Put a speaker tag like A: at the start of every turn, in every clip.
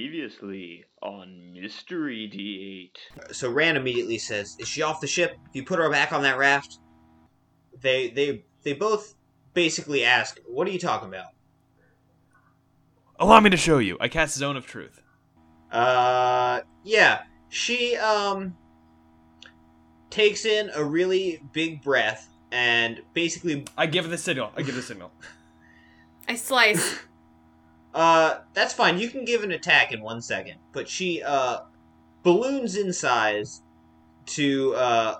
A: Previously on Mystery D8.
B: So Rand immediately says, "Is she off the ship? If you put her back on that raft." They they they both basically ask, "What are you talking about?"
C: Allow me to show you. I cast Zone of Truth.
B: Uh, yeah, she um takes in a really big breath and basically
C: I give the signal. I give the signal.
D: I slice.
B: Uh, that's fine. You can give an attack in one second, but she uh, balloons in size to uh,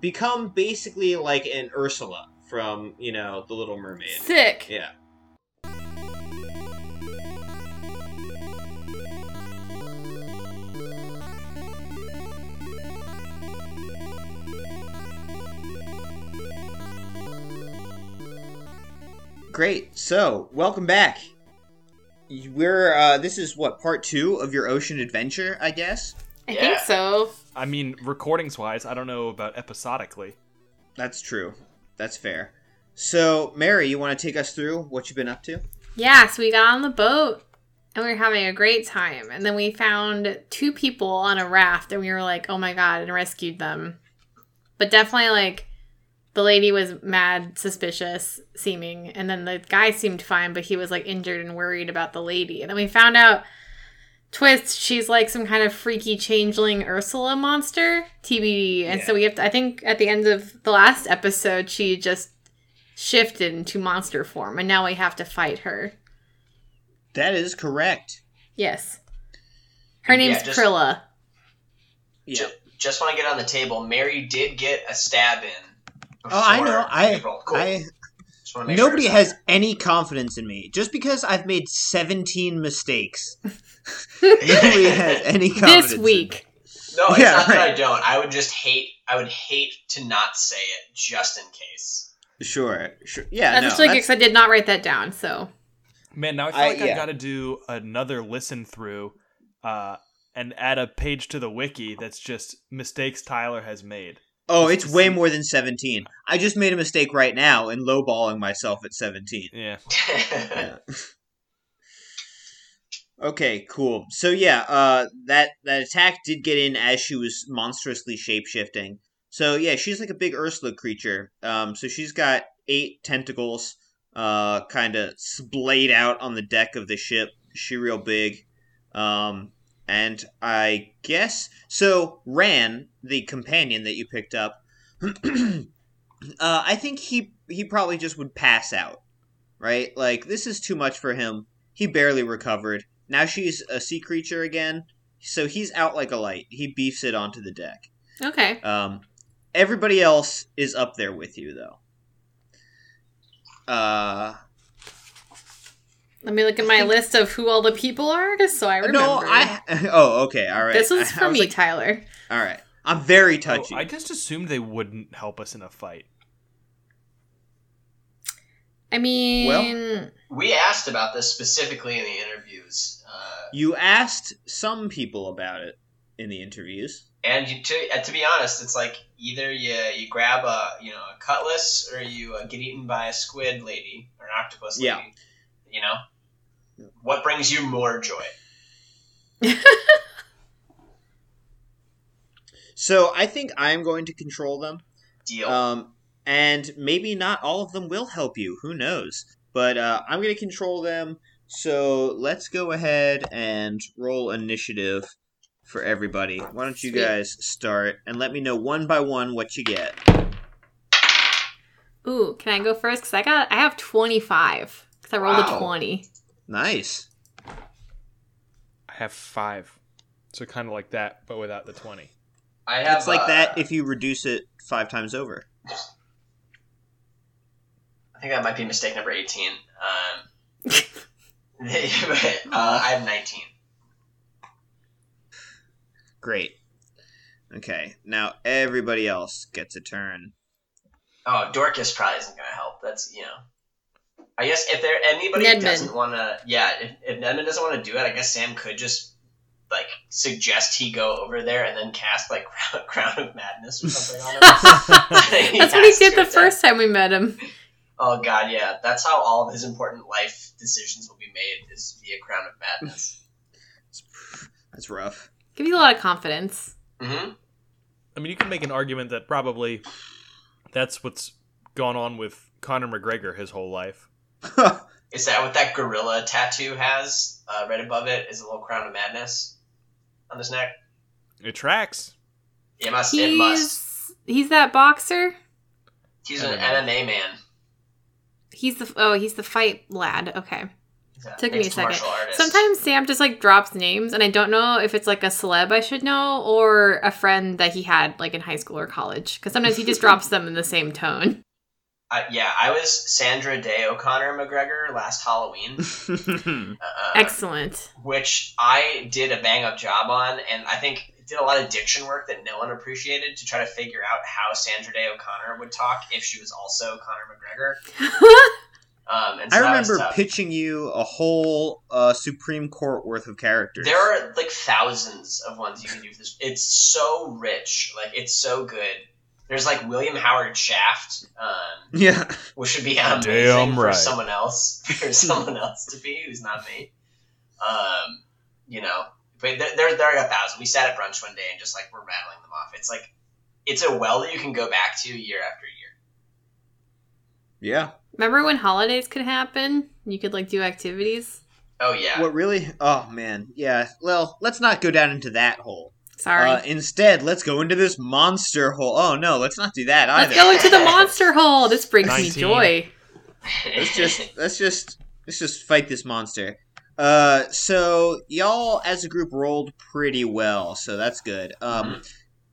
B: become basically like an Ursula from you know the Little Mermaid.
D: Sick.
B: Yeah. Great. So, welcome back. We're uh, this is what part two of your ocean adventure, I guess.
D: I
A: Yeah.
D: think so.
C: I mean, recordings wise, I don't know about episodically.
B: That's true. That's fair. So, Mary, you want to take us through what you've been up to?
D: Yeah, so we got on the boat and we were having a great time. And then we found two people on a raft and we were like, oh my God, and rescued them. But definitely, like, the lady was mad, suspicious seeming. And then the guy seemed fine, but he was like injured and worried about the lady. And then we found out, twist, she's like some kind of freaky changeling Ursula monster, TBD. And so we have to, I think at the end of the last episode, she just shifted into monster form. And now we have to fight her.
B: That is correct.
D: Yes. Her
E: Yeah,
D: name's
E: just-
D: Prilla.
B: Yeah.
E: Ju- just want to get on the table. Mary did get a stab in.
B: Oh, I
E: before
B: know. I,
E: April. Cool.
B: I
E: Just wanna make sure
B: nobody
E: it's-
B: has any confidence in me just because I've made seventeen mistakes. nobody has any confidence
D: This
B: in
D: week.
E: No, it's
B: Yeah,
E: not that
B: right.
E: I don't. I would just hate. I would hate to not say it, just in case.
B: me. Sure, sure. Yeah,
D: That's
B: no,
D: actually good
B: that's-
D: 'cause I did not write that down. So
C: Man, now I feel
B: I-
C: like I
B: yeah.
C: gotta do another listen through, uh, and add a page to the wiki that's just mistakes Tyler has made.
B: oh, it's way more than seventeen. I just made a mistake right now in lowballing myself at seventeen.
C: Yeah.
B: Okay, cool. So yeah, uh, that that attack did get in as she was monstrously shapeshifting. So yeah, she's like a big Ursula creature. Um, so she's got eight tentacles, uh, kind of splayed out on the deck of the ship. She real big. Um, and I guess so. Ran the companion that you picked up. uh, I think he he probably just would pass out, right? Like this is too much for him. He barely recovered. Now she's a sea creature again, so he's out like a light. He beefs it onto the deck.
D: okay.
B: Um, everybody else is up there with you though. Uh,
D: Let me look at my list of who all the people are just so I remember.
B: no, I. Oh, okay, all right.
D: This
B: I-
D: was
B: I
D: for
B: was
D: me,
B: like-
D: Tyler.
B: all right, I'm very
C: Oh,
B: touchy.
C: I just assumed they wouldn't help us in a fight.
D: I mean,
E: we asked about this specifically in the interviews, uh,
B: You asked some people about it in the interviews.
E: and you, to uh, to be honest, it's like either you you grab a you know a cutlass or you uh, get eaten by a squid lady or an octopus lady.
B: Yeah.
E: You know, what brings you more joy?
B: So I think I'm going to control them.
E: Deal.
B: Um, and maybe not all of them will help you. Who knows? But uh, I'm going to control them. So let's go ahead and roll initiative for everybody. Why don't you
D: Sweet.
B: guys start and let me know one by one what you get?
D: ooh, can I go first? Because I got, I have 25. Because I rolled a
E: Wow.
D: 20.
B: Nice.
C: I have five, so kind of like that, but without the twenty.
E: I have
B: It's like
E: uh,
B: that if you reduce it five times over.
E: I think that might be mistake number 18. Um, but, uh, I have 19.
B: Great. Okay, now everybody else gets a turn.
E: Oh, Dorcas probably isn't going to help. That's, you know. I guess if there anybody
D: Nedman.
E: doesn't want to, yeah, if, if Nedman doesn't want to do it, I guess Sam could just, like, suggest he go over there and then cast, like, Crown, Crown of Madness or something on him. He
D: That's what he
E: has
D: did
E: to
D: the
E: attempt.
D: first time we met him.
E: Oh, God, yeah. That's how all of his important life decisions will be made, is via Crown of Madness.
B: That's rough.
D: Gives you a lot of confidence.
E: Mm-hmm.
C: I mean, you can make an argument that probably that's what's gone on with Conor McGregor his whole life.
E: Is that what that gorilla tattoo has? Uh, right above it is a little crown of madness on his neck.
C: It tracks.
E: It must. it must.
D: He's he's that boxer.
E: He's an
C: MMA.
E: MMA man.
D: He's the oh he's the fight lad. Okay.
E: He's a
D: Took me a
E: mixed
D: second.
E: martial artist.
D: Sometimes Sam just like drops names, and I don't know if it's like a celeb I should know or a friend that he had like in high school or college. Because sometimes he just drops them in the same tone.
E: I, yeah, I was Sandra Day O'Connor McGregor last Halloween, uh,
D: Excellent.
E: which I did a bang up job on, and I think did a lot of diction work that no one appreciated to try to figure out how Sandra Day O'Connor would talk if she was also Conor McGregor. Um, and so
B: I
E: that was
B: remember
E: tough.
B: pitching you a whole uh, Supreme Court worth of characters.
E: There are like thousands of ones you can do for this. It's so rich, like it's so good. There's like William Howard Shaft, um,
B: yeah.
E: which would be
C: Damn
E: amazing for
C: right.
E: someone else, for someone else to be who's not me. Um, you know, but there, there, there are a thousand. We sat at brunch one day and just like we're rattling them off. It's like it's a well that you can go back to year after year.
B: Yeah.
D: Remember when holidays could happen? You could like do activities.
E: Oh yeah,
B: What really? Oh, man. Yeah. Well, let's not go down into that hole.
D: Sorry.
B: Uh, instead, let's go into this monster hole. Oh, no, let's not do that either.
D: Let's go into the monster hole. This brings me
C: 19.
D: joy.
B: let's just let's just let's just fight this monster. Uh, so y'all as a group rolled pretty well, so that's good.
E: Mm-hmm.
B: Um,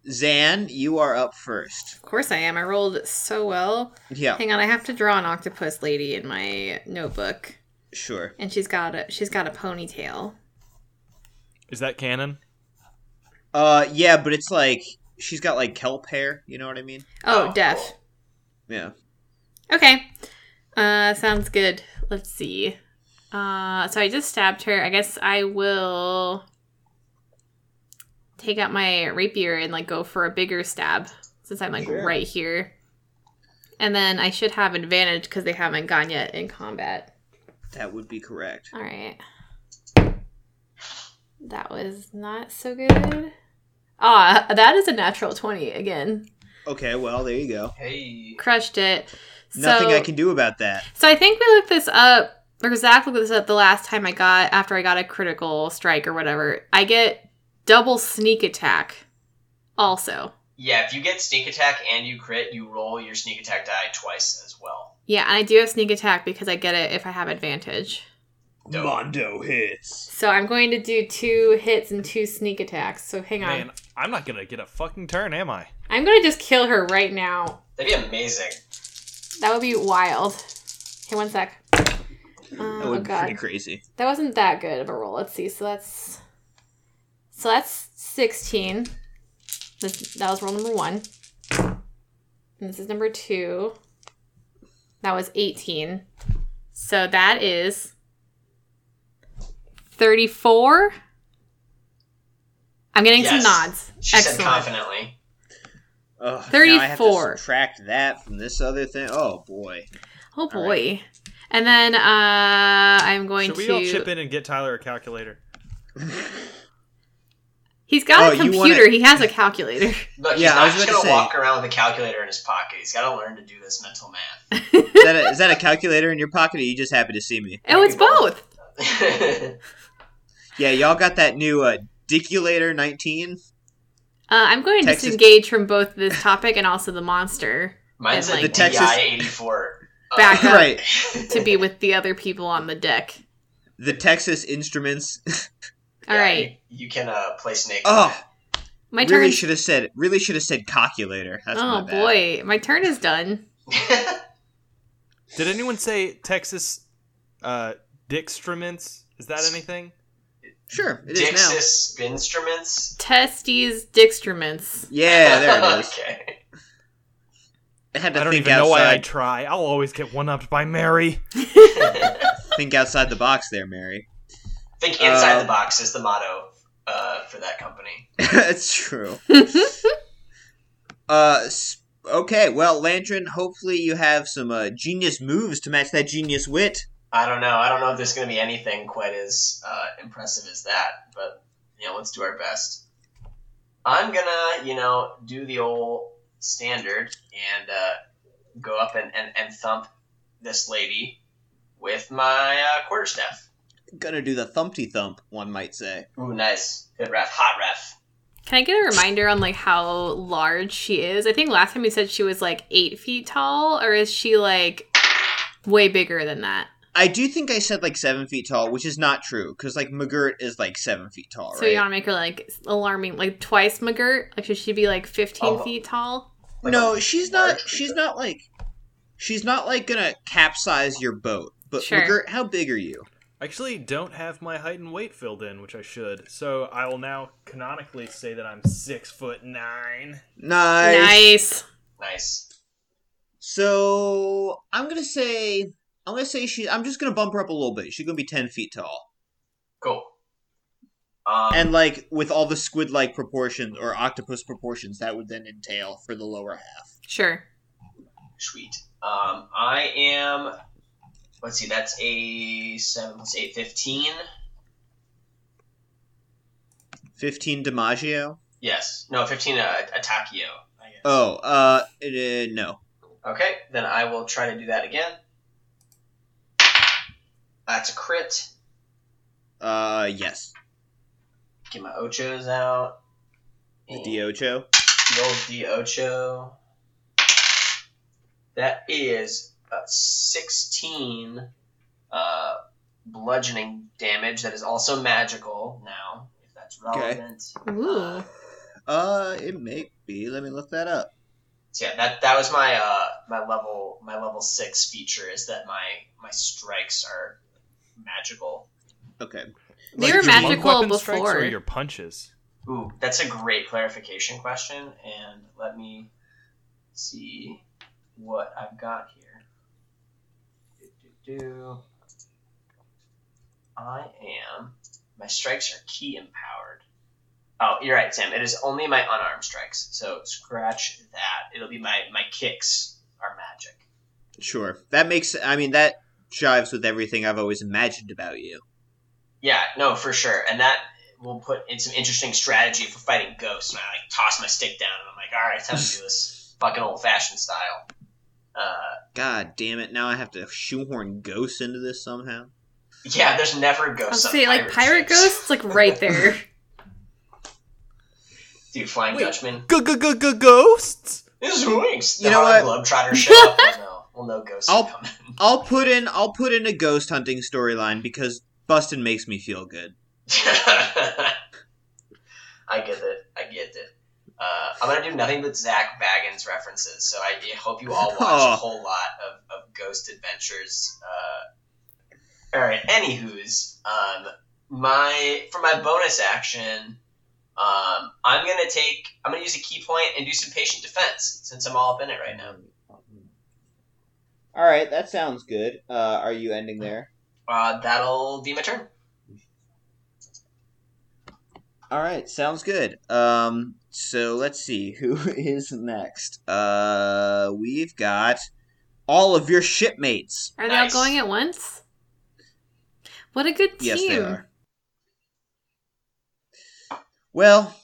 B: Zan, you are up first.
D: Of course I am. I rolled so well.
B: Yeah,
D: Hang on, I have to draw an octopus lady in my notebook,
B: sure.
D: and she's got a she's got a ponytail.
C: Is that canon?
B: Uh, yeah, but it's like she's got like kelp hair. You know what I mean?
D: Oh,
E: Oh,
D: deaf.
E: cool.
B: Yeah.
D: Okay. Uh sounds good. Let's see. Uh so I just stabbed her. I guess I will take out my rapier and like go for a bigger stab since I'm like
B: Sure.
D: right here. And then I should have advantage cuz they haven't gone yet in combat.
B: That would be correct.
D: All right. That was not so good. Ah, that is a natural 20 again.
B: Okay, well there you go.
E: hey,
D: Crushed it.
B: Nothing
D: So-
B: I can do about that.
D: So I think we looked this up, or Zach looked this up the last time I got after I got a critical strike or whatever. I get double sneak attack. Also,
E: yeah. If you get sneak attack and you crit, you roll your sneak attack die twice as well.
D: yeah, and I do have sneak attack because I get it if I have advantage.
E: Dope.
B: Mondo hits.
D: So I'm going to do two hits and two sneak attacks. So hang on,
C: Man, I'm not gonna get a fucking turn, am I?
D: I'm going to just kill her right now.
E: That'd be amazing.
D: That would be wild. Hey, one sec.
B: That
D: Oh,
B: would be
D: god.
B: pretty crazy.
D: That wasn't that good of a roll. Let's see. So that's so that's sixteen. This, that was roll number one, and this is number two. That was eighteen. So that is thirty-four. I'm getting some
E: Yes.
D: nods.
E: She
D: Excellent.
E: said confidently.
B: Ugh, Now I have
D: 34.
B: to subtract that from this other thing. Oh boy.
D: Oh boy. And then uh, I'm going
C: Should we
D: to.
C: all chip in and get Tyler a calculator?
D: He's got
B: Oh,
D: a
B: you wanna-
D: computer. He has a calculator.
B: Yeah,
E: Look, he's
B: I
E: not
B: was
E: just
B: about
E: gonna
B: to say.
E: walk around with a calculator in his pocket. He's got to learn to do this mental math.
B: Is that, a, is that a calculator in your pocket? Or are you just happy to see me?
D: Oh, it's both.
B: Yeah, y'all got that new uh, Diculator 19?
D: Uh, I'm going to
B: Texas-
D: disengage from both this topic and also the monster
E: Mine's
D: And,
E: a
D: like,
B: The Texas-
E: DI eighty four.
D: Back
E: Uh,
D: up.
B: right.
D: to be with the other people on the deck.
B: The Texas Instruments.
D: All right,
E: You, you can uh, play snake.
B: Oh,
D: my
B: really
D: turn.
B: should have said really should have said calculator. That's my
D: oh
B: bad.
D: boy, my turn is done.
C: Did anyone say Texas uh Dixtruments? Is that anything?
B: Sure, it is now.
E: Dixis instruments.
D: Testes dixtruments.
B: Yeah, there it is.
E: okay.
B: I had to
C: I don't
B: think
C: even know why I
B: outside,
C: try. I'll always get one upped by Mary.
B: think outside the box there, Mary.
E: Think inside
B: Uh,
E: the box is the motto uh, for that company.
B: That's true. Uh, s- okay. Well, Landrin, hopefully you have some uh, genius moves to match that genius wit.
E: I don't know. I don't know if there's going to be anything quite as uh, impressive as that, but you know, let's do our best. I'm gonna, you know, do the old standard and uh, go up and, and, and thump this lady with my uh, quarterstaff.
B: Gonna do the thumpty thump, one might say.
E: Ooh, nice. Good ref. Hot ref.
D: Can I get a reminder on like how large she is? I think last time you said she was like eight feet tall, or is she like way bigger than that?
B: I do think I said like seven feet tall, which is not true because like McGirt is like seven feet tall,
D: So
B: right?
D: you want to make her like alarming, like twice McGirt? Like should she be like fifteen
E: Oh.
D: feet tall?
E: Like
B: no,
E: a
B: she's
E: large
B: not. She's
E: figure.
B: not like. She's not like gonna capsize your boat. But
D: Sure.
B: McGirt, how big are you?
C: I actually don't have my height and weight filled in, which I should. So I will now canonically say that I'm six foot nine.
B: Nice.
D: Nice.
E: Nice.
B: So I'm gonna say I'm gonna say she. I'm just gonna bump her up a little bit. She's gonna be ten feet tall,
E: Cool. Um,
B: and like with all the squid-like proportions or octopus proportions that would then entail for the lower half.
D: Sure.
E: Sweet. Um, I am. Let's see. That's a seven plus eight, fifteen.
B: Fifteen DiMaggio.
E: Yes. No, fifteen. Uh, a Takio. I guess.
B: Oh, uh, it, uh, no.
E: Okay. Then I will try to do that again. That's a crit.
B: Uh, yes.
E: Get my ochos out.
B: The
E: And
B: Diocho.
E: the old D ocho. That is uh, sixteen uh, bludgeoning damage. That is also magical now, if that's
B: Okay.
E: relevant.
D: Ooh.
B: Uh, it may be. Let me look that up.
E: So yeah, that that was my uh my level my level six feature is that my my strikes are magical.
B: Okay.
D: They were
C: your blunt
D: magical
C: weapon strikes
D: before.
C: Or your punches.
E: Ooh, that's a great clarification question, and let me see what I've got here. Do, do, do. I am my strikes are key empowered. Oh, you're right, Sam. It is only my unarmed strikes, so scratch that. It'll be my my kicks are magic.
B: Sure. That makes. I mean, that jives with everything I've always imagined about you.
E: Yeah, no, for sure. And that will put in some interesting strategy for fighting ghosts. And I like toss my stick down and I'm like, all right, time to do this fucking old fashioned style. Uh,
B: God damn it! Now I have to shoehorn ghosts into this somehow.
E: yeah, there's never
D: I was
E: ghosts. on
D: gonna say like pirate
E: pirate ships.
D: ghosts, like right there.
E: Dude, Flying
C: Wait.
E: Dutchman.
C: Go go go go ghosts.
E: This is Winks.
B: You know
E: Globetrotters show up. We'll know, we'll know ghosts are
B: I'll-
E: coming.
B: I'll put in. I'll put in a ghost hunting storyline because Bustin makes me feel good.
E: I get it. I get it. Uh, I'm gonna do nothing but Zach Baggins references, so I hope you all watch
B: Aw.
C: Oh.
E: a whole lot of, of Ghost Adventures. Uh, all right. Anywho's, um, my for my bonus action, um, I'm gonna take. I'm gonna use a key point and do some patient defense since I'm all up in it right now.
B: All right, that sounds good. Uh, are you ending there?
E: Uh, that'll be my turn.
B: All right, sounds good. Um, so let's see who is next. Uh, we've got all of your shipmates.
D: Are
E: Nice.
D: they all going at once? What a good team.
B: Yes, they are. Well,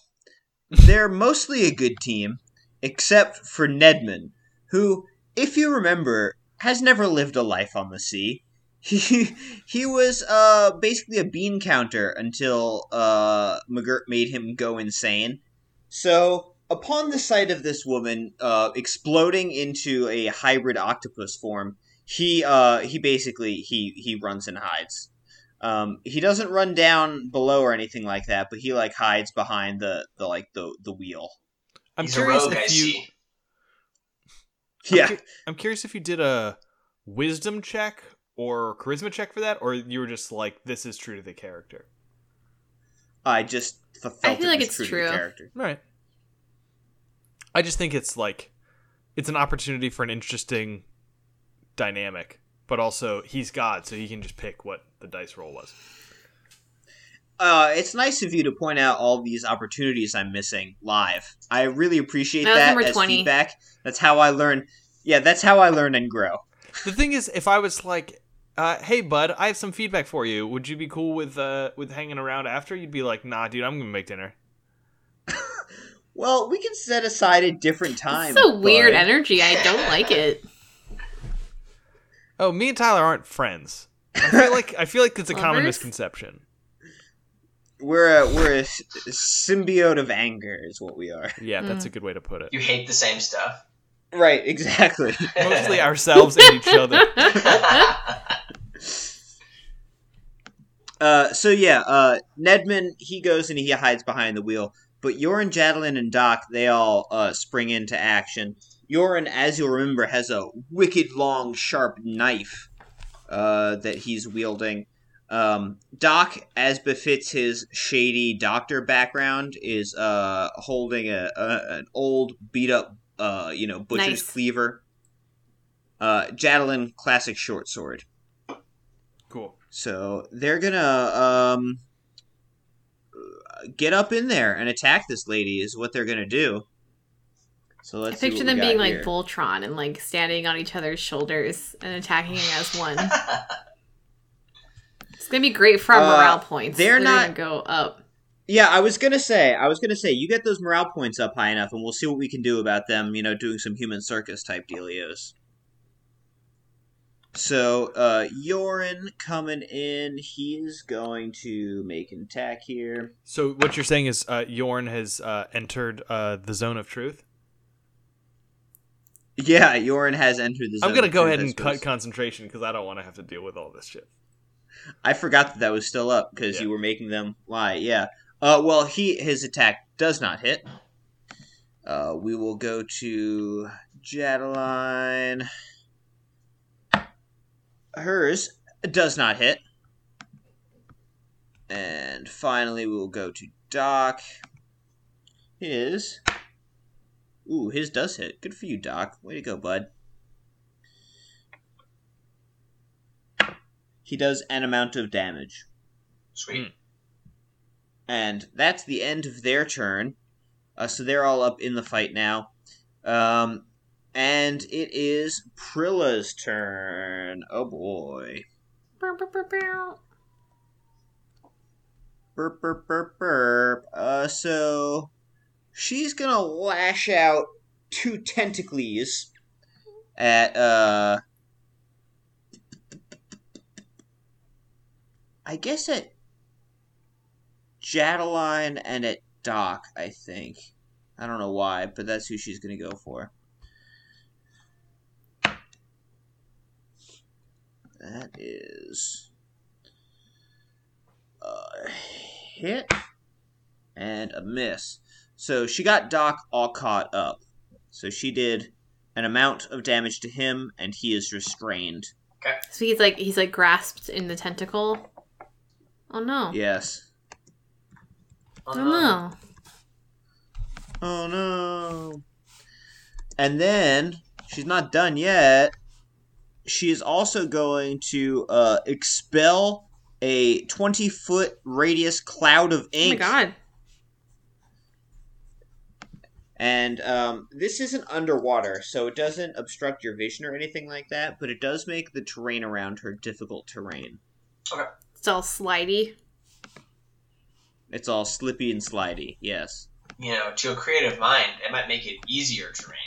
B: they're mostly a good team, except for Nedman, who, if you remember, has never lived a life on the sea. He he was uh basically a bean counter until uh McGirt made him go insane. So upon the sight of this woman uh, exploding into a hybrid octopus form, he uh he basically he he runs and hides. Um, he doesn't run down below or anything like that, but he like hides behind the the like the the wheel.
C: I'm
E: He's
C: curious
E: a rogue, I
C: if you.
E: see.
B: Yeah,
C: cu- I'm curious if you did a wisdom check or charisma check for that, or you were just like, this is true to the character.
B: I just f- felt
D: I feel
B: it
D: like
B: was
D: it's
B: true, to the
D: true.
B: character.
C: All right. I just think it's like, it's an opportunity for an interesting dynamic, but also he's God, so he can just pick what the dice roll was.
B: Uh, it's nice of you to point out all these opportunities I'm missing live. I really appreciate
D: That was
B: that,
D: number
B: as
D: 20.
B: feedback. That's how I learn. Yeah, that's how I learn and grow.
C: The thing is, if I was like, uh, "Hey, bud, I have some feedback for you. Would you be cool with uh, with hanging around after?" You'd be like, "Nah, dude, I'm gonna make dinner."
B: Well, we can set aside a different time.
D: It's so weird
B: bud.
D: energy. I don't like it.
C: Oh, me and Tyler aren't friends. I feel like I feel like it's a common
D: Lovers?
C: misconception.
B: We're a, we're a s- symbiote of anger, is what we are.
C: Yeah, that's a good way to put it.
E: You hate the same stuff.
B: Right, exactly.
C: Mostly ourselves and each other.
B: Uh, so yeah, uh, Nedman he goes and he hides behind the wheel, but Yorin, Jadlin, and Doc they all uh, spring into action. Yorin, as you'll remember, has a wicked long, sharp knife uh, that he's wielding. Um, Doc, as befits his shady doctor background, is uh, holding a, a an old, beat up, uh, you know, butcher's
D: Nice.
B: cleaver. Uh, Jadlin, classic short sword.
C: Cool.
B: So they're gonna um, get up in there and attack this lady is what they're gonna do. So
D: I
B: let's see
D: picture
B: what
D: them
B: we got
D: being like
B: here.
D: Voltron and like standing on each other's shoulders and attacking as one. It's gonna be great for our
B: Uh,
D: morale points.
B: they're
D: gonna
B: not-
D: go up.
B: Yeah, I was gonna say, I was gonna say, you get those morale points up high enough, and we'll see what we can do about them. You know, doing some human circus type dealios. So, uh, Yorin coming in, he's going to make an attack here.
C: So what you're saying is uh, Yorn has uh, entered uh, the zone of truth.
B: Yeah, Yorin has entered the.
C: I'm
B: zone
C: gonna
B: of
C: go
B: truth,
C: ahead
B: I
C: and
B: suppose.
C: cut concentration because I don't want to have to deal with all this shit.
B: I forgot that that was still up because
C: Yeah.
B: you were making them lie. Yeah. Uh, well, he his attack does not hit. Uh, we will go to Jadeline. Hers does not hit. And finally, we will go to Doc. His. Ooh, his does hit. Good for you, Doc. Way to go, bud. He does an amount of damage.
C: Hmm.
E: Sweet. Um,
B: And that's the end of their turn. Uh, so they're all up in the fight now. Um, and it is Prilla's turn. Oh boy.
D: Bow, bow, bow, bow.
B: Burp, burp, burp, burp. Uh, so she's going to lash out two tentacles at. Uh, I guess at Jadeline and at Doc, I think. I don't know why, but that's who she's going to go for. That is a hit and a miss. So she got Doc all caught up. So she did an amount of damage to him, and he is restrained.
D: So he's like he's like grasped in the tentacle. Oh no!
B: Yes.
D: Oh
E: Oh, no.
D: no!
B: Oh no. And then she's not done yet. She is also going to uh, expel a twenty foot radius cloud of
D: Oh my
B: ink.
D: god!
B: And um, this isn't underwater, so it doesn't obstruct your vision or anything like that, but it does make the terrain around her difficult terrain.
D: It's all slidey.
B: It's all slippy and slidey, yes.
E: You know, to a creative mind, it might make it easier terrain.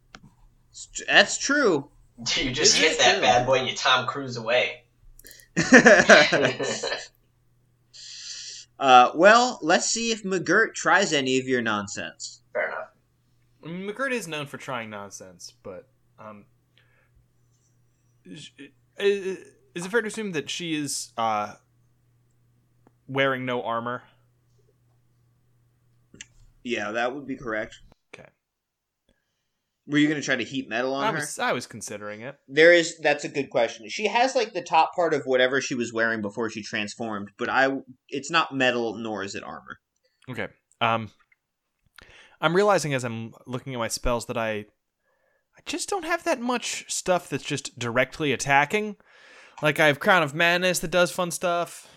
B: S- That's true.
E: You
B: This
E: just
B: is
E: hit that
B: true.
E: bad boy and you Tom Cruise away.
B: uh, well, let's see if McGirt tries any of your nonsense.
E: Fair enough.
C: I mean, McGirt is known for trying nonsense, but um, is, is it fair to assume that she is uh, wearing no armor?
B: Yeah, that would be correct.
C: Okay.
B: Were you going to try to heat metal on
C: I
B: her?
C: was I was considering it.
B: There is. That's a good question. She has like the top part of whatever she was wearing before she transformed, but I. It's not metal, nor is it armor.
C: Okay. Um, I'm realizing as I'm looking at my spells that I, I just don't have that much stuff that's just directly attacking. Like I have Crown of Madness that does fun stuff,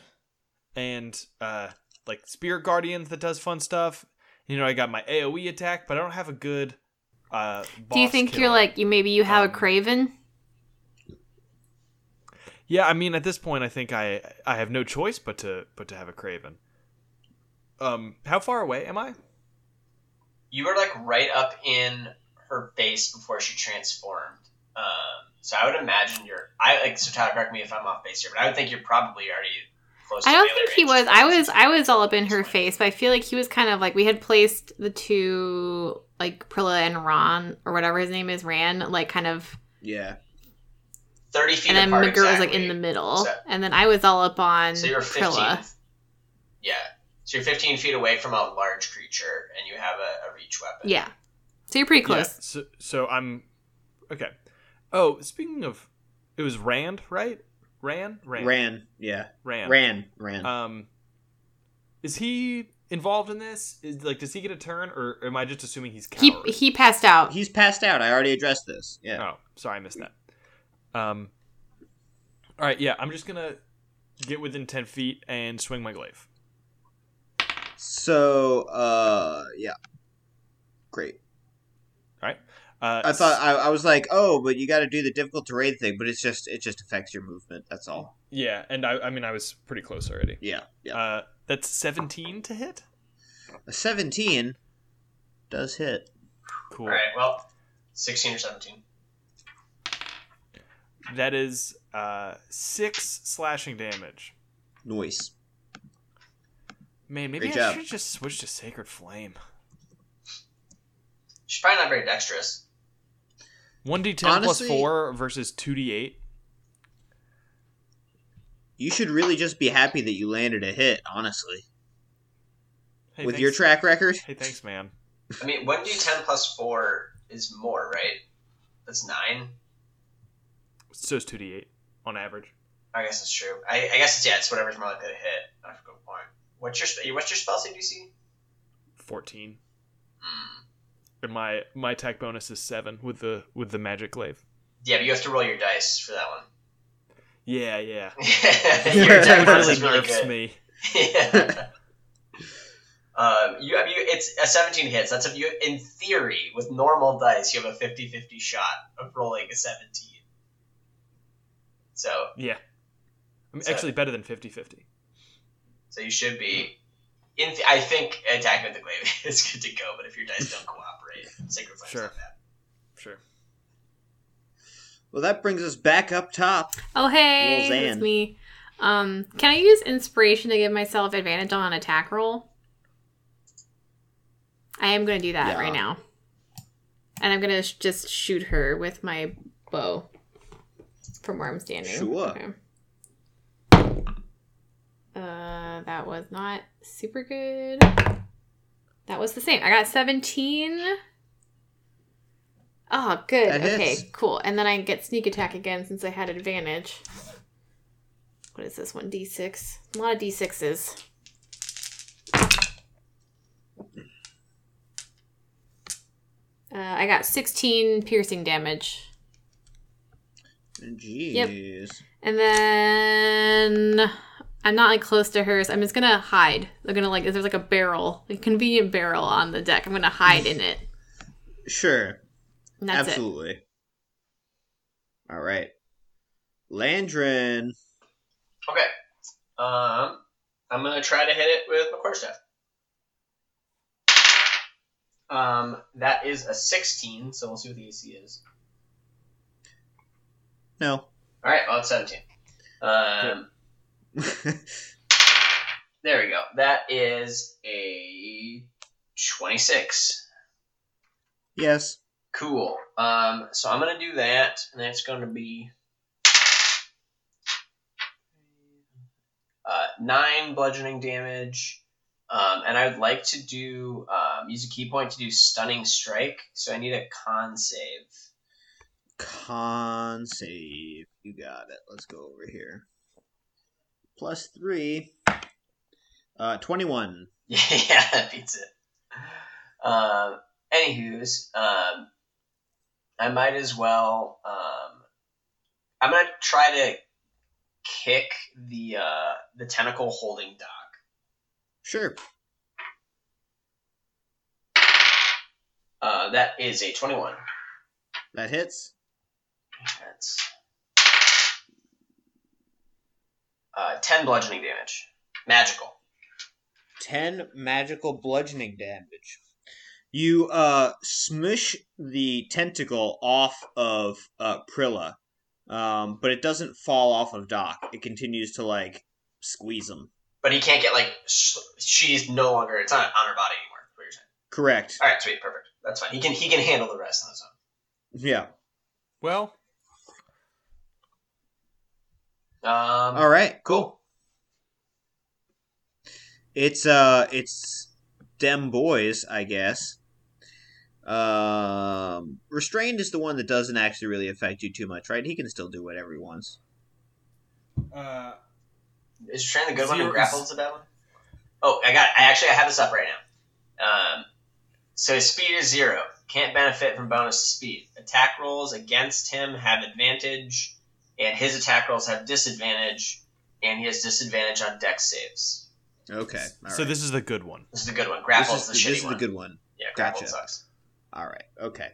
C: and uh, like Spear Guardians that does fun stuff. You know, I got my AOE attack, but I don't have a good. Uh,
D: Do you
C: boss
D: think
C: killer.
D: you're like you? Maybe you have
C: Um,
D: a craven.
C: Yeah, I mean, at this point, I think I I have no choice but to but to have a craven. Um, how far away am I?
E: You were like right up in her face before she transformed. Um, so I would imagine you're. I like so Tyler, correct me if I'm off base here, but I would think you're probably already close.
D: I
E: to
D: don't
E: melee
D: think he was.
E: range.
D: I was. I was all up in her face, but I feel like he was kind of like we had placed the two, like Prilla and Ron or whatever his name is, Ran, like kind of,
B: Yeah.
E: thirty feet
D: and then
E: apart.
D: McGirt was like
E: exactly.
D: in the middle,
E: So-
D: and then I was all up on
E: So you're 15.
D: Prilla.
E: Yeah. So you're 15 feet away from a large creature, and you have a, a reach weapon.
D: Yeah, so you're pretty
C: Yeah,
D: close.
C: so, so I'm okay. Oh, speaking of, it was Rand, right? Ran, Ran,
B: Ran. Yeah.
C: Rand.
B: Ran. Ran.
C: Um, is he involved in this? Is like, does he get a turn, or am I just assuming he's
D: He
C: cowering?
D: he passed out.
B: He's passed out. I already addressed this. Yeah.
C: Oh, sorry, I missed that. Um, all right, yeah, I'm just gonna get within ten feet and swing my glaive.
B: So, uh, yeah. Great.
C: Uh,
B: I thought I, I was like, oh, but you got to do the difficult terrain thing, but it's just it just affects your movement. That's all.
C: yeah, and I, I mean, I was pretty close already.
B: Yeah. Yeah.
C: Uh, that's seventeen to hit. Uh,
B: a seventeen does hit.
C: Cool.
E: All right. Well, 16 or 17.
C: That is uh six slashing damage.
B: Noise.
C: Man, maybe
B: Great
C: I
B: job.
C: should just switch to Sacred Flame.
E: She's probably not very dexterous.
C: One d10 plus
B: Honestly-
C: four versus two d eight.
B: You should really just be happy that you landed a hit, honestly.
C: Hey,
B: With
C: thanks-
B: your track record,
C: Hey, thanks, man.
E: I mean, 1d10 plus 4 is more, right? That's 9.
C: So is two d eight on average.
E: I guess that's true. I, I guess it's, yeah, it's whatever's more likely to hit. I forgot the point. What's your, sp- what's your spell CDC?
C: Fourteen.
E: Hmm.
C: And my my attack bonus is seven with the with the magic glaive.
E: Yeah, but you have to roll your dice for that one.
C: Yeah, yeah.
E: your
B: It
C: That
E: attack bonus
C: really
E: is really
C: nerfs
E: good.
C: me.
E: Yeah. um, you, I mean, you, it's a 17 hits. That's a, you, in theory, with normal dice, you have a 50 50 shot of rolling a 17. So,
C: Yeah. I'm
E: So-
C: actually better than 50-50.
E: so you should be. In th- I think attack with the glaive is good to go, but if your dice don't cooperate, sacred flame's
C: Sure.
E: not bad.
C: Sure.
B: well, that brings us back up top.
D: Oh hey,
B: Roseanne.
D: it's me. Um, can I use inspiration to give myself advantage on an attack roll? I am going to do that
B: Yeah.
D: right now, and I'm going to sh- just shoot her with my bow from where I'm standing.
B: Sure.
D: Okay. Uh, that was not super good. That was the same. I got 17. Oh, good.
B: That
D: okay,
B: hits.
D: cool. And then I get sneak attack again since I had advantage. What is this one? D6. A lot of D6s. Uh, I got 16 piercing damage.
B: Jeez.
D: And then I'm not like close to hers. I'm just gonna hide. They're gonna like there's like a barrel, a convenient barrel on the deck. I'm gonna hide in it.
B: Sure.
D: And that's it.
B: Absolutely. All right. Landrin.
E: Okay. Um, I'm gonna try to hit it with my quarter staff. Um, that is a 16, so we'll see what the AC is.
B: No.
E: All right, well it's 17. Um, there we go. That is a 26.
B: yes.
E: Cool. Um, so I'm gonna do that, and that's gonna be uh, nine bludgeoning damage. Um, and I would like to do um, use a key point to do stunning strike. So I need a con save.
B: Con save. You got it. Let's go over here. Plus three. Uh, 21.
E: yeah, that beats it. Um, anywho's, um, I might as well. Um, I'm gonna try to kick the uh, the tentacle holding dock.
B: Sure.
E: Uh, that is a 21.
B: That hits.
E: That's uh, ten bludgeoning damage. Magical.
B: 10 magical bludgeoning damage. You uh, smush the tentacle off of uh, Prilla, um, but it doesn't fall off of Doc. It continues to, like, squeeze him.
E: But he can't get like sh- she's no longer it's not on her body anymore. is What you're saying?
B: Correct.
E: All right, sweet, perfect. That's fine. He can he can handle the rest on his own.
B: Yeah.
C: Well,
E: Um,
B: All right.
E: cool.
B: It's, uh, it's dem boys, I guess. Um, restrained is the one that doesn't actually really affect you too much, right? He can still do whatever he wants.
C: uh,
E: Is Tran the good one who
C: Zero's-
E: grapples to that one? Oh, I got. I actually I have this up right now. Um, so his speed is zero. Can't benefit from bonus to speed. Attack rolls against him have advantage, and his attack rolls have disadvantage, and he has disadvantage on deck saves.
B: Okay. all
C: so
B: right.
C: this is the good one.
E: This is the good one.
B: This
E: Grapple's
B: is,
E: the
B: this
E: shitty
B: is
E: one.
B: the good one.
E: yeah, grapple
B: Gotcha.
E: sucks.
B: All right. Okay.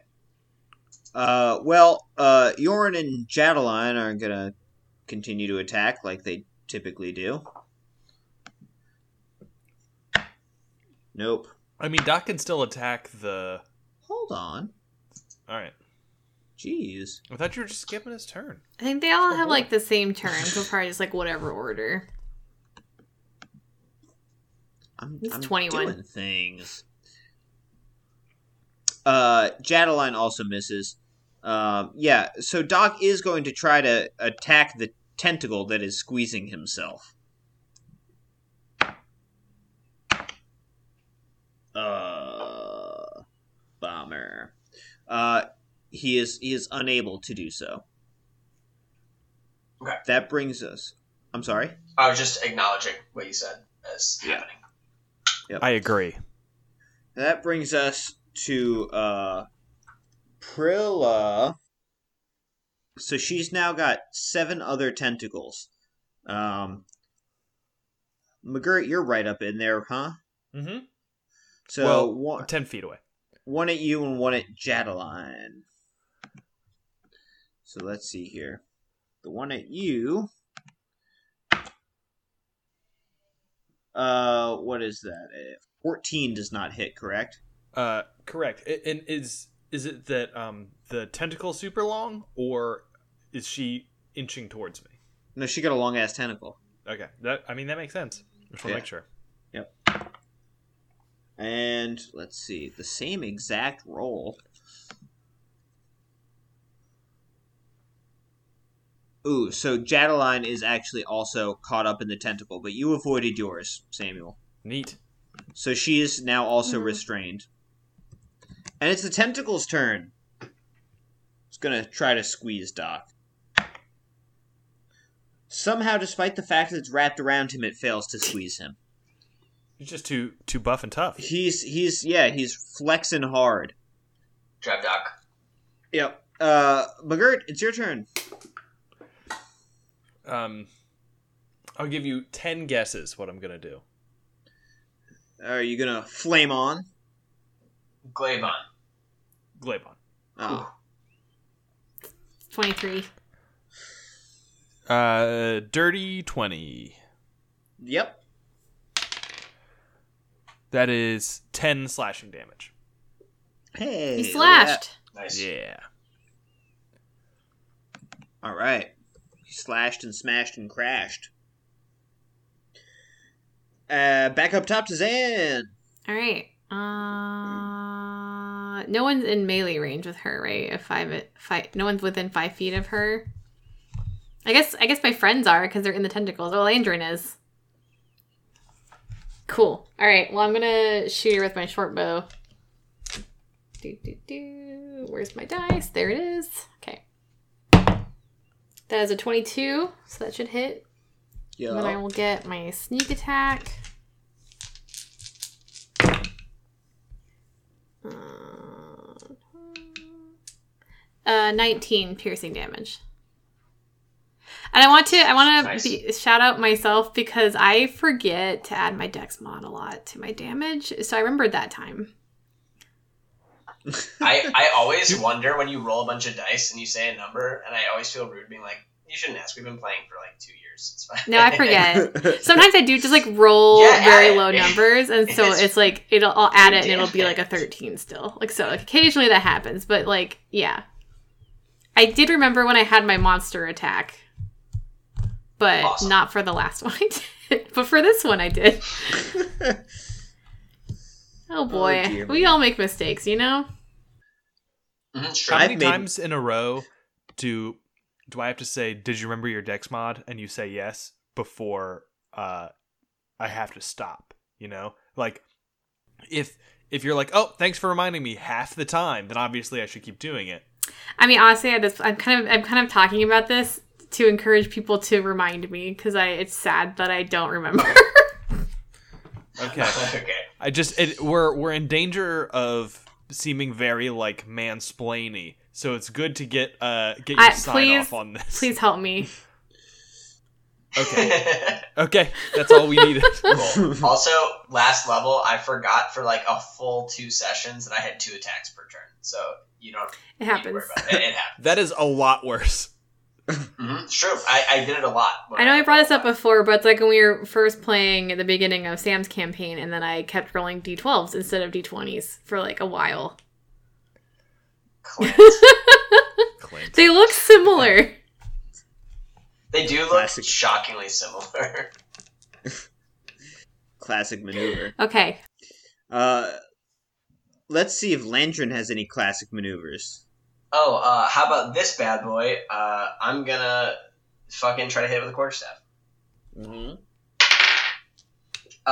B: Uh, well, uh, Yorin and Jadeline are gonna continue to attack like they typically do. Nope.
C: I mean, Doc can still attack the.
B: Hold on.
C: All right.
B: Jeez.
C: I thought you were just skipping his turn.
D: I think they all have like the same turn, so probably just like whatever order.
B: I'm,
D: It's
B: I'm
D: 21.
B: doing things. Uh, Jadeline also misses. Um, yeah, so Doc is going to try to attack the tentacle that is squeezing himself. Uh, bomber. Uh, he is he is unable to do so.
E: Okay.
B: That brings us. I'm sorry.
E: I was just acknowledging what you said as happening.
C: I agree.
B: That brings us to uh Prilla. So she's now got seven other tentacles. Um McGirt, you're right up in there, huh?
C: Mm-hmm.
B: So
C: well,
B: one,
C: ten feet away.
B: one at you and one at Jadeline. So let's see here. The one at you. Uh, what is that? Uh, Fourteen does not hit, correct?
C: Uh, correct. I- And is is it that um the tentacle super long or is she inching towards me?
B: No, she got a long ass tentacle.
C: Okay, that I mean that makes sense. Just want
B: Yeah.
C: to make sure.
B: And let's see, the same exact roll. Ooh, so Jadeline is actually also caught up in the tentacle, but you avoided yours, Samuel.
C: Neat.
B: So she is now also
D: Mhm.
B: restrained. And it's the tentacle's turn. It's gonna try to squeeze Doc. Somehow, despite the fact that it's wrapped around him, it fails to squeeze him.
C: He's just too too buff and tough.
B: He's he's yeah, he's flexing hard.
E: Drive doc.
B: Yep. Uh, McGirt, it's your turn.
C: Um, I'll give you ten guesses what I'm gonna do.
B: Are you gonna flame on?
E: Glaive
C: Glabon.
B: Oh,
D: Twenty three.
C: Uh, dirty twenty.
B: yep.
C: That is ten slashing damage.
B: Hey,
D: He
B: look at
D: slashed.
E: Nice.
C: Yeah.
B: that. All right. He slashed and smashed and crashed. Uh, back up top to Zan.
D: All right. Uh, no one's in melee range with her, right? If five, five, no one's within five feet of her. I guess I guess my friends are because they're in the tentacles. Well, Andrin is. Cool. All right. Well, I'm gonna shoot her with my short bow. Do do do. Where's my dice? There it is. Okay. That is a 22, so that should hit. And then I
B: Yo.
D: will get my sneak attack. Uh, 19 piercing damage. And I want to I want
E: Nice.
D: to be shout out myself because I forget to add my dex mod a lot to my damage. So I remembered that time.
E: I, I always wonder when you roll a bunch of dice and you say a number, and I always feel rude being like, you shouldn't ask. We've been playing for like two years. It's fine.
D: No, I forget. Sometimes I do just like roll
E: Yeah, add
D: very
E: it.
D: low numbers, and so
E: It's-
D: it's, like it'll I'll add it and it'll be
E: Yeah.
D: like a thirteen still. Like so, like, occasionally that happens, but like yeah, I did remember when I had my monster attack, but
E: Awesome.
D: not for the last one I did, but for this one I did. oh boy,
B: dear
D: we
B: me.
D: all make mistakes, you know.
E: Mhm,
C: How
E: sure.
B: I've
C: many
B: made-
C: times in a row do do I have to say, "Did you remember your Dex mod?" and you say yes before uh, I have to stop? You know, like if if you're like, "Oh, thanks for reminding me," half the time, then obviously I should keep doing it.
D: I mean, honestly, I just, I'm kind of I'm kind of talking about this to encourage people to remind me because I it's sad that I don't remember.
C: Okay,
E: okay.
C: I just it, we're we're in danger of seeming very like mansplainy, so it's good to get uh get your
D: I-
C: sign
D: please-
C: off on this.
D: Please help me.
C: Okay. Okay. That's all we needed.
E: Cool. also, last level, I forgot for like a full two sessions that I had two attacks per turn. So you don't
D: It
E: need to
D: happens.
E: worry about it. It happens.
C: that is a lot worse.
E: Mhm, it's true. I, I did it a lot. when
D: I know I brought this up
E: rolled.
D: before, but it's like when we were first playing at the beginning of Sam's campaign, and then I kept rolling d12s instead of d20s for like a while.
E: Clint.
C: Clint.
D: They look similar.
E: They do look
B: Classic.
E: shockingly similar.
B: Classic maneuver.
D: Okay.
B: Uh, let's see if Landrin has any classic maneuvers.
E: Oh, uh, how about this bad boy? Uh, I'm gonna fucking try to hit it with a quarterstaff.
B: Mm-hmm.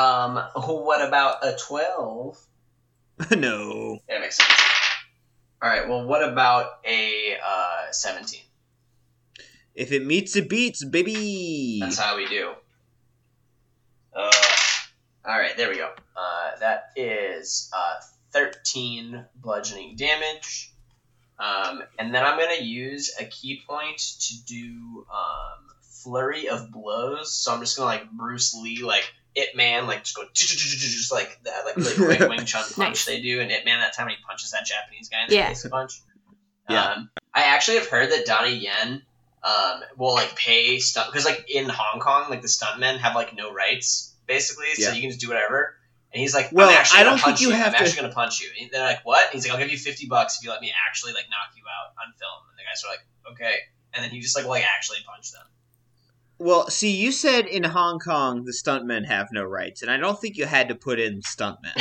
E: Um, what about a twelve?
B: no.
E: That makes sense. All right. Well, what about a uh, seventeen?
B: If it meets, it beats, baby.
E: That's how we do. Uh, all right, there we go. Uh, that is uh, 13 bludgeoning damage. Um, and then I'm going to use a key point to do um, flurry of blows. So I'm just going to like Bruce Lee, like It Man, like just go just like that, like really quick Wing Chun punch
D: Nice.
E: they do. And It Man, that's how many punches that Japanese guy in the
D: Yeah.
E: face a bunch.
B: Yeah.
E: Um, I actually have heard that Donnie Yen um, will like pay stunt because like in Hong Kong, like the stuntmen have like no rights basically, so
B: Yeah.
E: you can just do whatever. And he's like,
B: Well,
E: I'm actually
B: I
E: gonna
B: don't think
E: punch
B: you have
E: I'm
B: to-
E: actually gonna punch you. And they're like, what? And he's like, I'll give you fifty bucks if you let me actually like knock you out on film. And the guys are like, okay. And then he just like like actually punched them.
B: Well, see, you said in Hong Kong the stuntmen have no rights, and I don't think you had to put in stuntmen.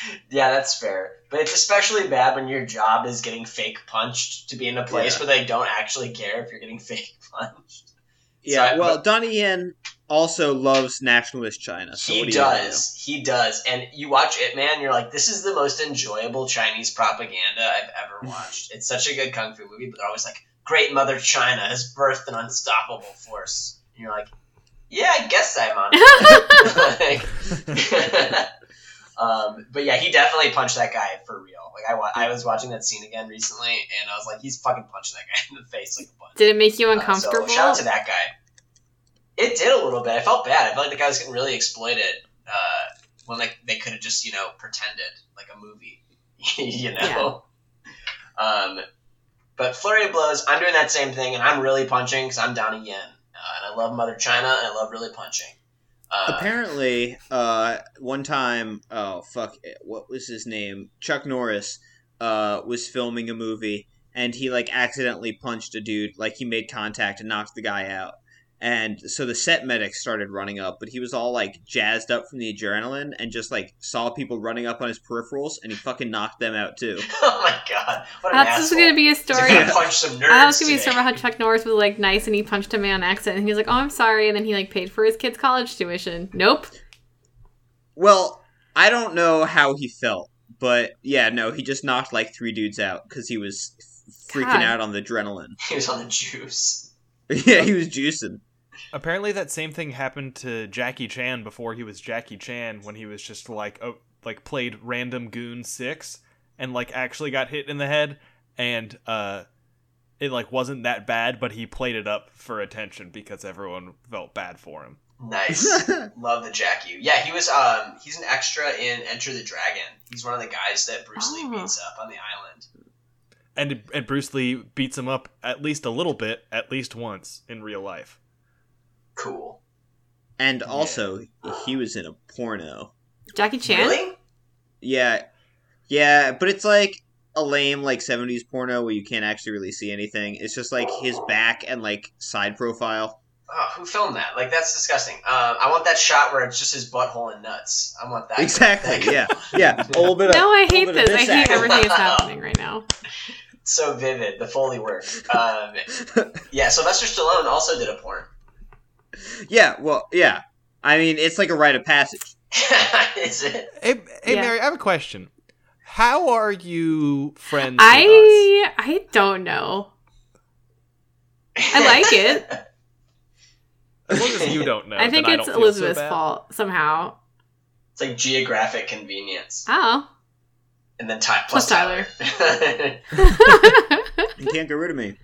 E: yeah, that's fair. But it's especially bad when your job is getting fake punched to be in a place
B: Yeah.
E: where they don't actually care if you're getting fake punched.
B: yeah.
E: So I-
B: well, Donnie Yen also loves nationalist China. So
E: He
B: what do you wanna
E: does. He does. And you watch It Man, you're like, this is the most enjoyable Chinese propaganda I've ever watched. it's such a good kung fu movie, but they're always like, Great Mother China has birthed an unstoppable force. And you're like, yeah, I guess I'm on it. Like- um, but yeah, he definitely punched that guy for real. Like I, wa- I was watching that scene again recently, and I was like, he's fucking punching that guy in the face like a bunch.
D: Did it make you
E: Uh, so
D: uncomfortable?
E: shout out to that guy. It did a little bit. I felt bad. I felt like the guy was getting really exploited uh, when like they could have just you know pretended like a movie, you know. Um, but flurry of blows. I'm doing that same thing, and I'm really punching because I'm Donnie Yen, uh, and I love Mother China, and I love really punching. Uh,
B: Apparently, uh, one time, oh fuck, it, what was his name? Chuck Norris uh, was filming a movie, and he like accidentally punched a dude. Like he made contact and knocked the guy out. And so the set medic started running up, but he was all like jazzed up from the adrenaline and just like saw people running up on his peripherals, and he fucking knocked them out too.
E: oh my god, what an
D: That's just
E: asshole!
D: gonna be a
E: He's
D: story.
E: gonna punch some nerds.
D: I was gonna be a
E: today.
D: story about how Chuck Norris was like nice and he punched a man on accident and he was like, "Oh, I'm sorry," and then he like paid for his kid's college tuition. Nope.
B: Well, I don't know how he felt, but yeah, no, he just knocked like three dudes out because he was f- freaking
D: God.
B: out on the adrenaline.
E: He was on the juice.
B: yeah, he was juicing.
C: Apparently, that same thing happened to Jackie Chan before he was Jackie Chan, when he was just like, oh, like played random goon six and like actually got hit in the head, and uh, it like wasn't that bad, but he played it up for attention because everyone felt bad for him.
E: Nice. Love the Jack U. Yeah, he was. Um, he's an extra in Enter the Dragon. He's one of the guys that Bruce Lee
D: Oh.
E: beats up on the island.
C: and and Bruce Lee beats him up at least a little bit, at least once in real life.
E: Cool.
B: And also, he was in a porno.
D: Jackie Chan?
E: Really?
B: Yeah, yeah, but it's like a lame like '70s porno where you can't actually really see anything. It's just like his back and like side profile.
E: Oh, who filmed that? Like that's disgusting. Um, I want that shot where it's just his butthole and nuts. I want that.
B: Exactly. Yeah, yeah. A little bit. Of,
D: No, I
B: a
D: hate
B: little bit
D: this.
B: of
D: I hate
B: act.
D: everything that's happening right now.
E: It's so vivid. The foley work. Um, yeah. Sylvester Stallone also did a porn.
B: Yeah. Well. Yeah. I mean, it's like a rite of passage.
E: Is it?
C: Hey, hey
D: Yeah.
C: Mary, I have a question. How are you friends? With us?
D: I I don't know. I like it.
C: As long as you don't know,
D: I think
C: then
D: it's
C: don't feel so
D: Elizabeth's
C: bad.
D: fault somehow.
E: It's like geographic convenience,
D: Oh.
E: and then Ty-
D: Plus
E: plus, Tyler. anyway.
B: You can't get rid of me.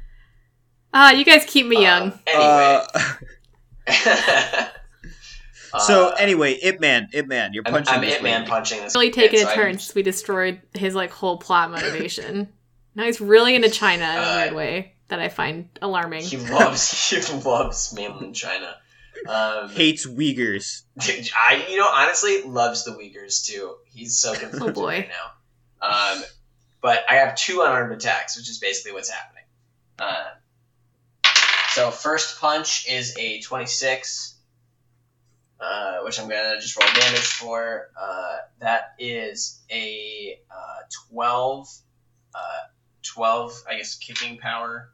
D: Ah, you guys keep me young.
B: Uh,
E: Uh,
B: so anyway, Ip Man, Ip Man, you're
E: I'm,
B: punching.
E: I'm
B: this
E: Ant Man
B: lady.
E: punching this.
D: really taking
E: kid, so
D: a
E: I
D: turn
E: can-
D: since we destroyed his like whole plot motivation. now he's really into China in a weird way that I find alarming.
E: Uh, He loves he loves mainland China. Um,
B: Hates Uyghurs.
E: I you know honestly loves the Uyghurs too. He's so conflicted
D: boy.
E: right now. Um, but I have two unarmed attacks, which is basically what's happening. Uh, so first punch is a twenty-six, uh, which I'm gonna just roll damage for. Uh, that is a uh, twelve, uh, twelve. I guess kicking power.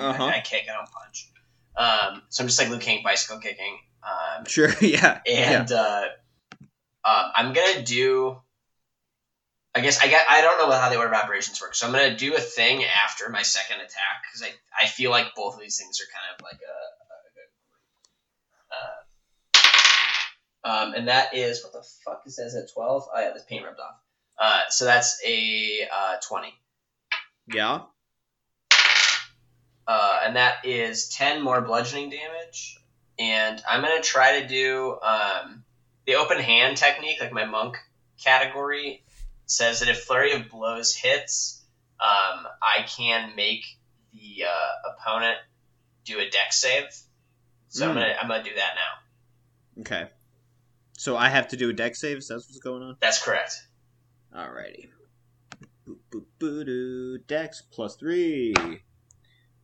B: Uh-huh.
E: I, I kick. I don't punch. Um, so I'm just like Luke King bicycle kicking. Um,
B: Sure. Yeah. yeah.
E: and uh, um, I'm gonna do. I guess I got. I don't know how the order of operations works, so I'm gonna do a thing after my second attack because I I feel like both of these things are kind of like a. a, a uh, um, and that is what the fuck is that? Is that twelve? Oh yeah, this paint rubbed off. Uh, so that's a uh, twenty,
B: Yeah.
E: uh, and that is ten more bludgeoning damage. And I'm gonna try to do um, the open hand technique, like my monk category says that if flurry of blows hits, um, I can make the uh, opponent do a deck save. So I'm
B: Mm.
E: gonna I'm gonna do that now.
B: Okay. So I have to do a deck save. So that's what's going on.
E: That's correct.
B: Alrighty. Boop, boop, boo, doo. Dex plus three.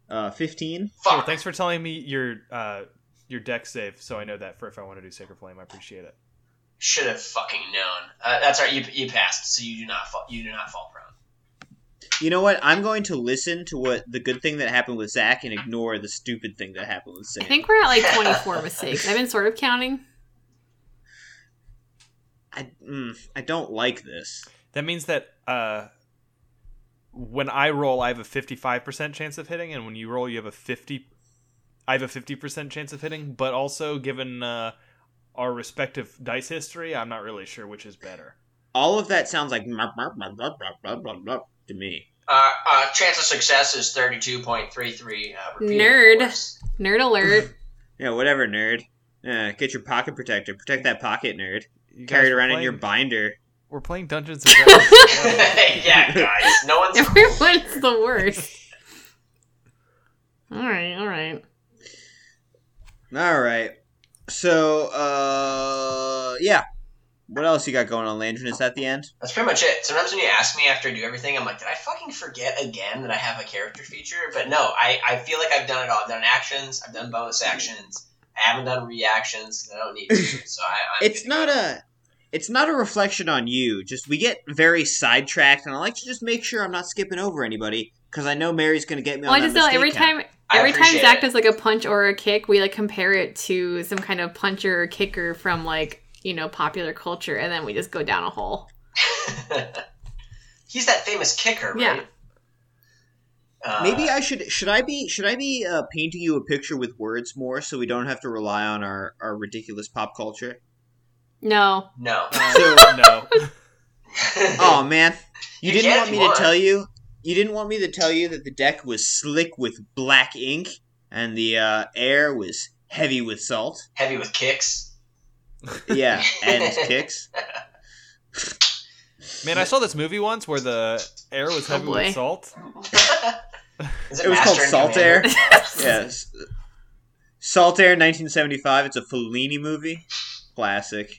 B: Uh, 15.
C: Cool,
E: Fuck.
C: thanks for telling me your uh, your deck save, so I know that for if I want to do Sacred Flame, I appreciate it.
E: Should have fucking known. Uh, that's all right. You, you passed, so you do not fall. You do not fall prone.
B: You know what? I'm going to listen to what the good thing that happened with Zach and ignore the stupid thing that happened with Sam.
D: I think we're at like 24 mistakes. I've been sort of counting.
B: I, mm, I don't like this.
C: That means that uh, when I roll, I have a fifty-five percent chance of hitting, and when you roll, you have a fifty. I have a fifty percent chance of hitting, but also given uh, our respective dice history, I'm not really sure which is better.
B: All of that sounds like mop, mop, mop, mop, mop, mop, mop, mop to me.
E: Uh, uh, chance of success is thirty-two point three three. uh,
D: Nerd. Nerd alert.
B: Yeah, whatever, nerd. Uh, get your pocket protector. Protect that pocket, nerd.
C: You guys
B: Carry it
C: were
B: around in
C: playing-
B: your binder.
C: We're playing Dungeons and Dragons.
E: yeah, guys. No one's.
D: Everyone's the worst. All right, all right.
B: All right. So, uh, yeah. What else you got going on, Landrin? Is that the end?
E: That's pretty much it. Sometimes when you ask me after I do everything, I'm like, did I fucking forget again that I have a character feature? But no, I, I feel like I've done it all. I've done actions, I've done bonus actions, I haven't done reactions because I don't need to. So I, I'm
B: it's not a it's not a reflection on you just we get very sidetracked and i like to just make sure i'm not skipping over anybody because i know mary's going to get me
D: Well,
B: on
D: I
B: that
D: just know
B: mistake
D: every
B: count.
D: time
E: I
D: every time
E: appreciate
D: Zach
E: it.
D: does like a punch or a kick, we like compare it to some kind of puncher or kicker from like you know popular culture, and then we just go down a hole.
E: a. He's that famous kicker, right?
D: Yeah.
E: Uh,
B: maybe i should should i be should i be uh, painting you a picture with words more so we don't have to rely on our our ridiculous pop culture
D: No,
E: No.
B: so
C: Uh, no,
B: oh man you,
E: You
B: didn't
E: can
B: want
E: if
B: me
E: you
B: to
E: want.
B: tell you you didn't want me to tell you that the deck was slick with black ink and the uh, air was heavy with salt
E: Heavy with kicks.
B: yeah and kicks
C: man, I saw this movie once where the air was
D: Oh,
C: heavy
D: boy.
C: with salt,
E: Is
B: It was called
E: Master and
B: Salt
E: Commander?
B: Air. yes. Salt Air 1975. It's a Fellini movie. Classic.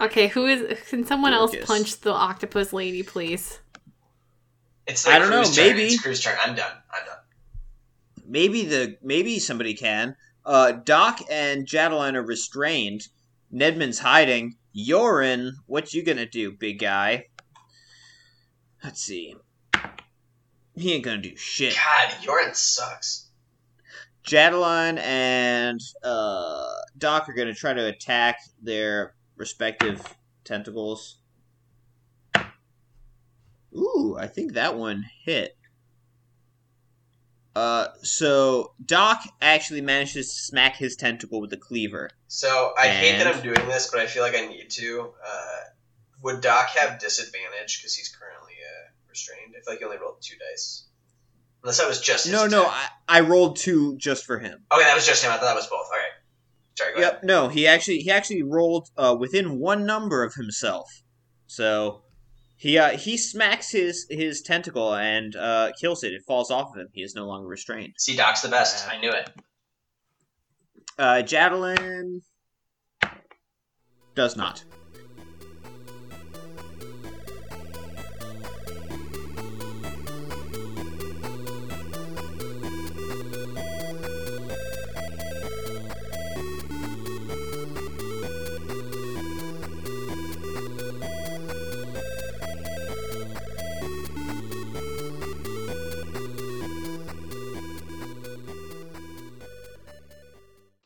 D: Okay, who is? Can someone else
B: Dorcas.
D: punch the octopus lady, please?
E: It's
B: I don't know,
E: Crew's turn.
B: maybe.
E: It's Crew's turn. I'm done. I'm done.
B: Maybe the maybe somebody can. Uh, Doc and Jadeline are restrained. Nedman's hiding. You're in. What you gonna do, big guy? Let's see. He ain't gonna do shit.
E: God, Yorin sucks.
B: Jadeline and uh, Doc are gonna try to attack their respective tentacles. Ooh, I think that one hit. Uh, so Doc actually manages to smack his tentacle with a cleaver.
E: So I hate that
B: And-
E: I'm doing this, but I feel like I need to. Uh, would Doc have disadvantage because he's currently uh, restrained? I feel like he only rolled two dice. Unless that was just his
B: No, no,
E: attack.
B: I, I rolled two just for him.
E: okay, that was just him. I thought that was both. All right. Sorry. Go ahead.
B: Yep, no, he actually he actually rolled uh, within one number of himself. So he uh, he smacks his his tentacle and uh, kills it. It falls off of him. He is no longer restrained.
E: See, Doc's the best.
B: Yeah.
E: I knew it.
B: Uh, Jadelin does not.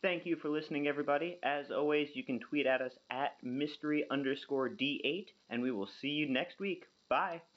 A: Thank you for listening, everybody. As always, you can tweet at us at mystery underscore D8, and we will see you next week. Bye.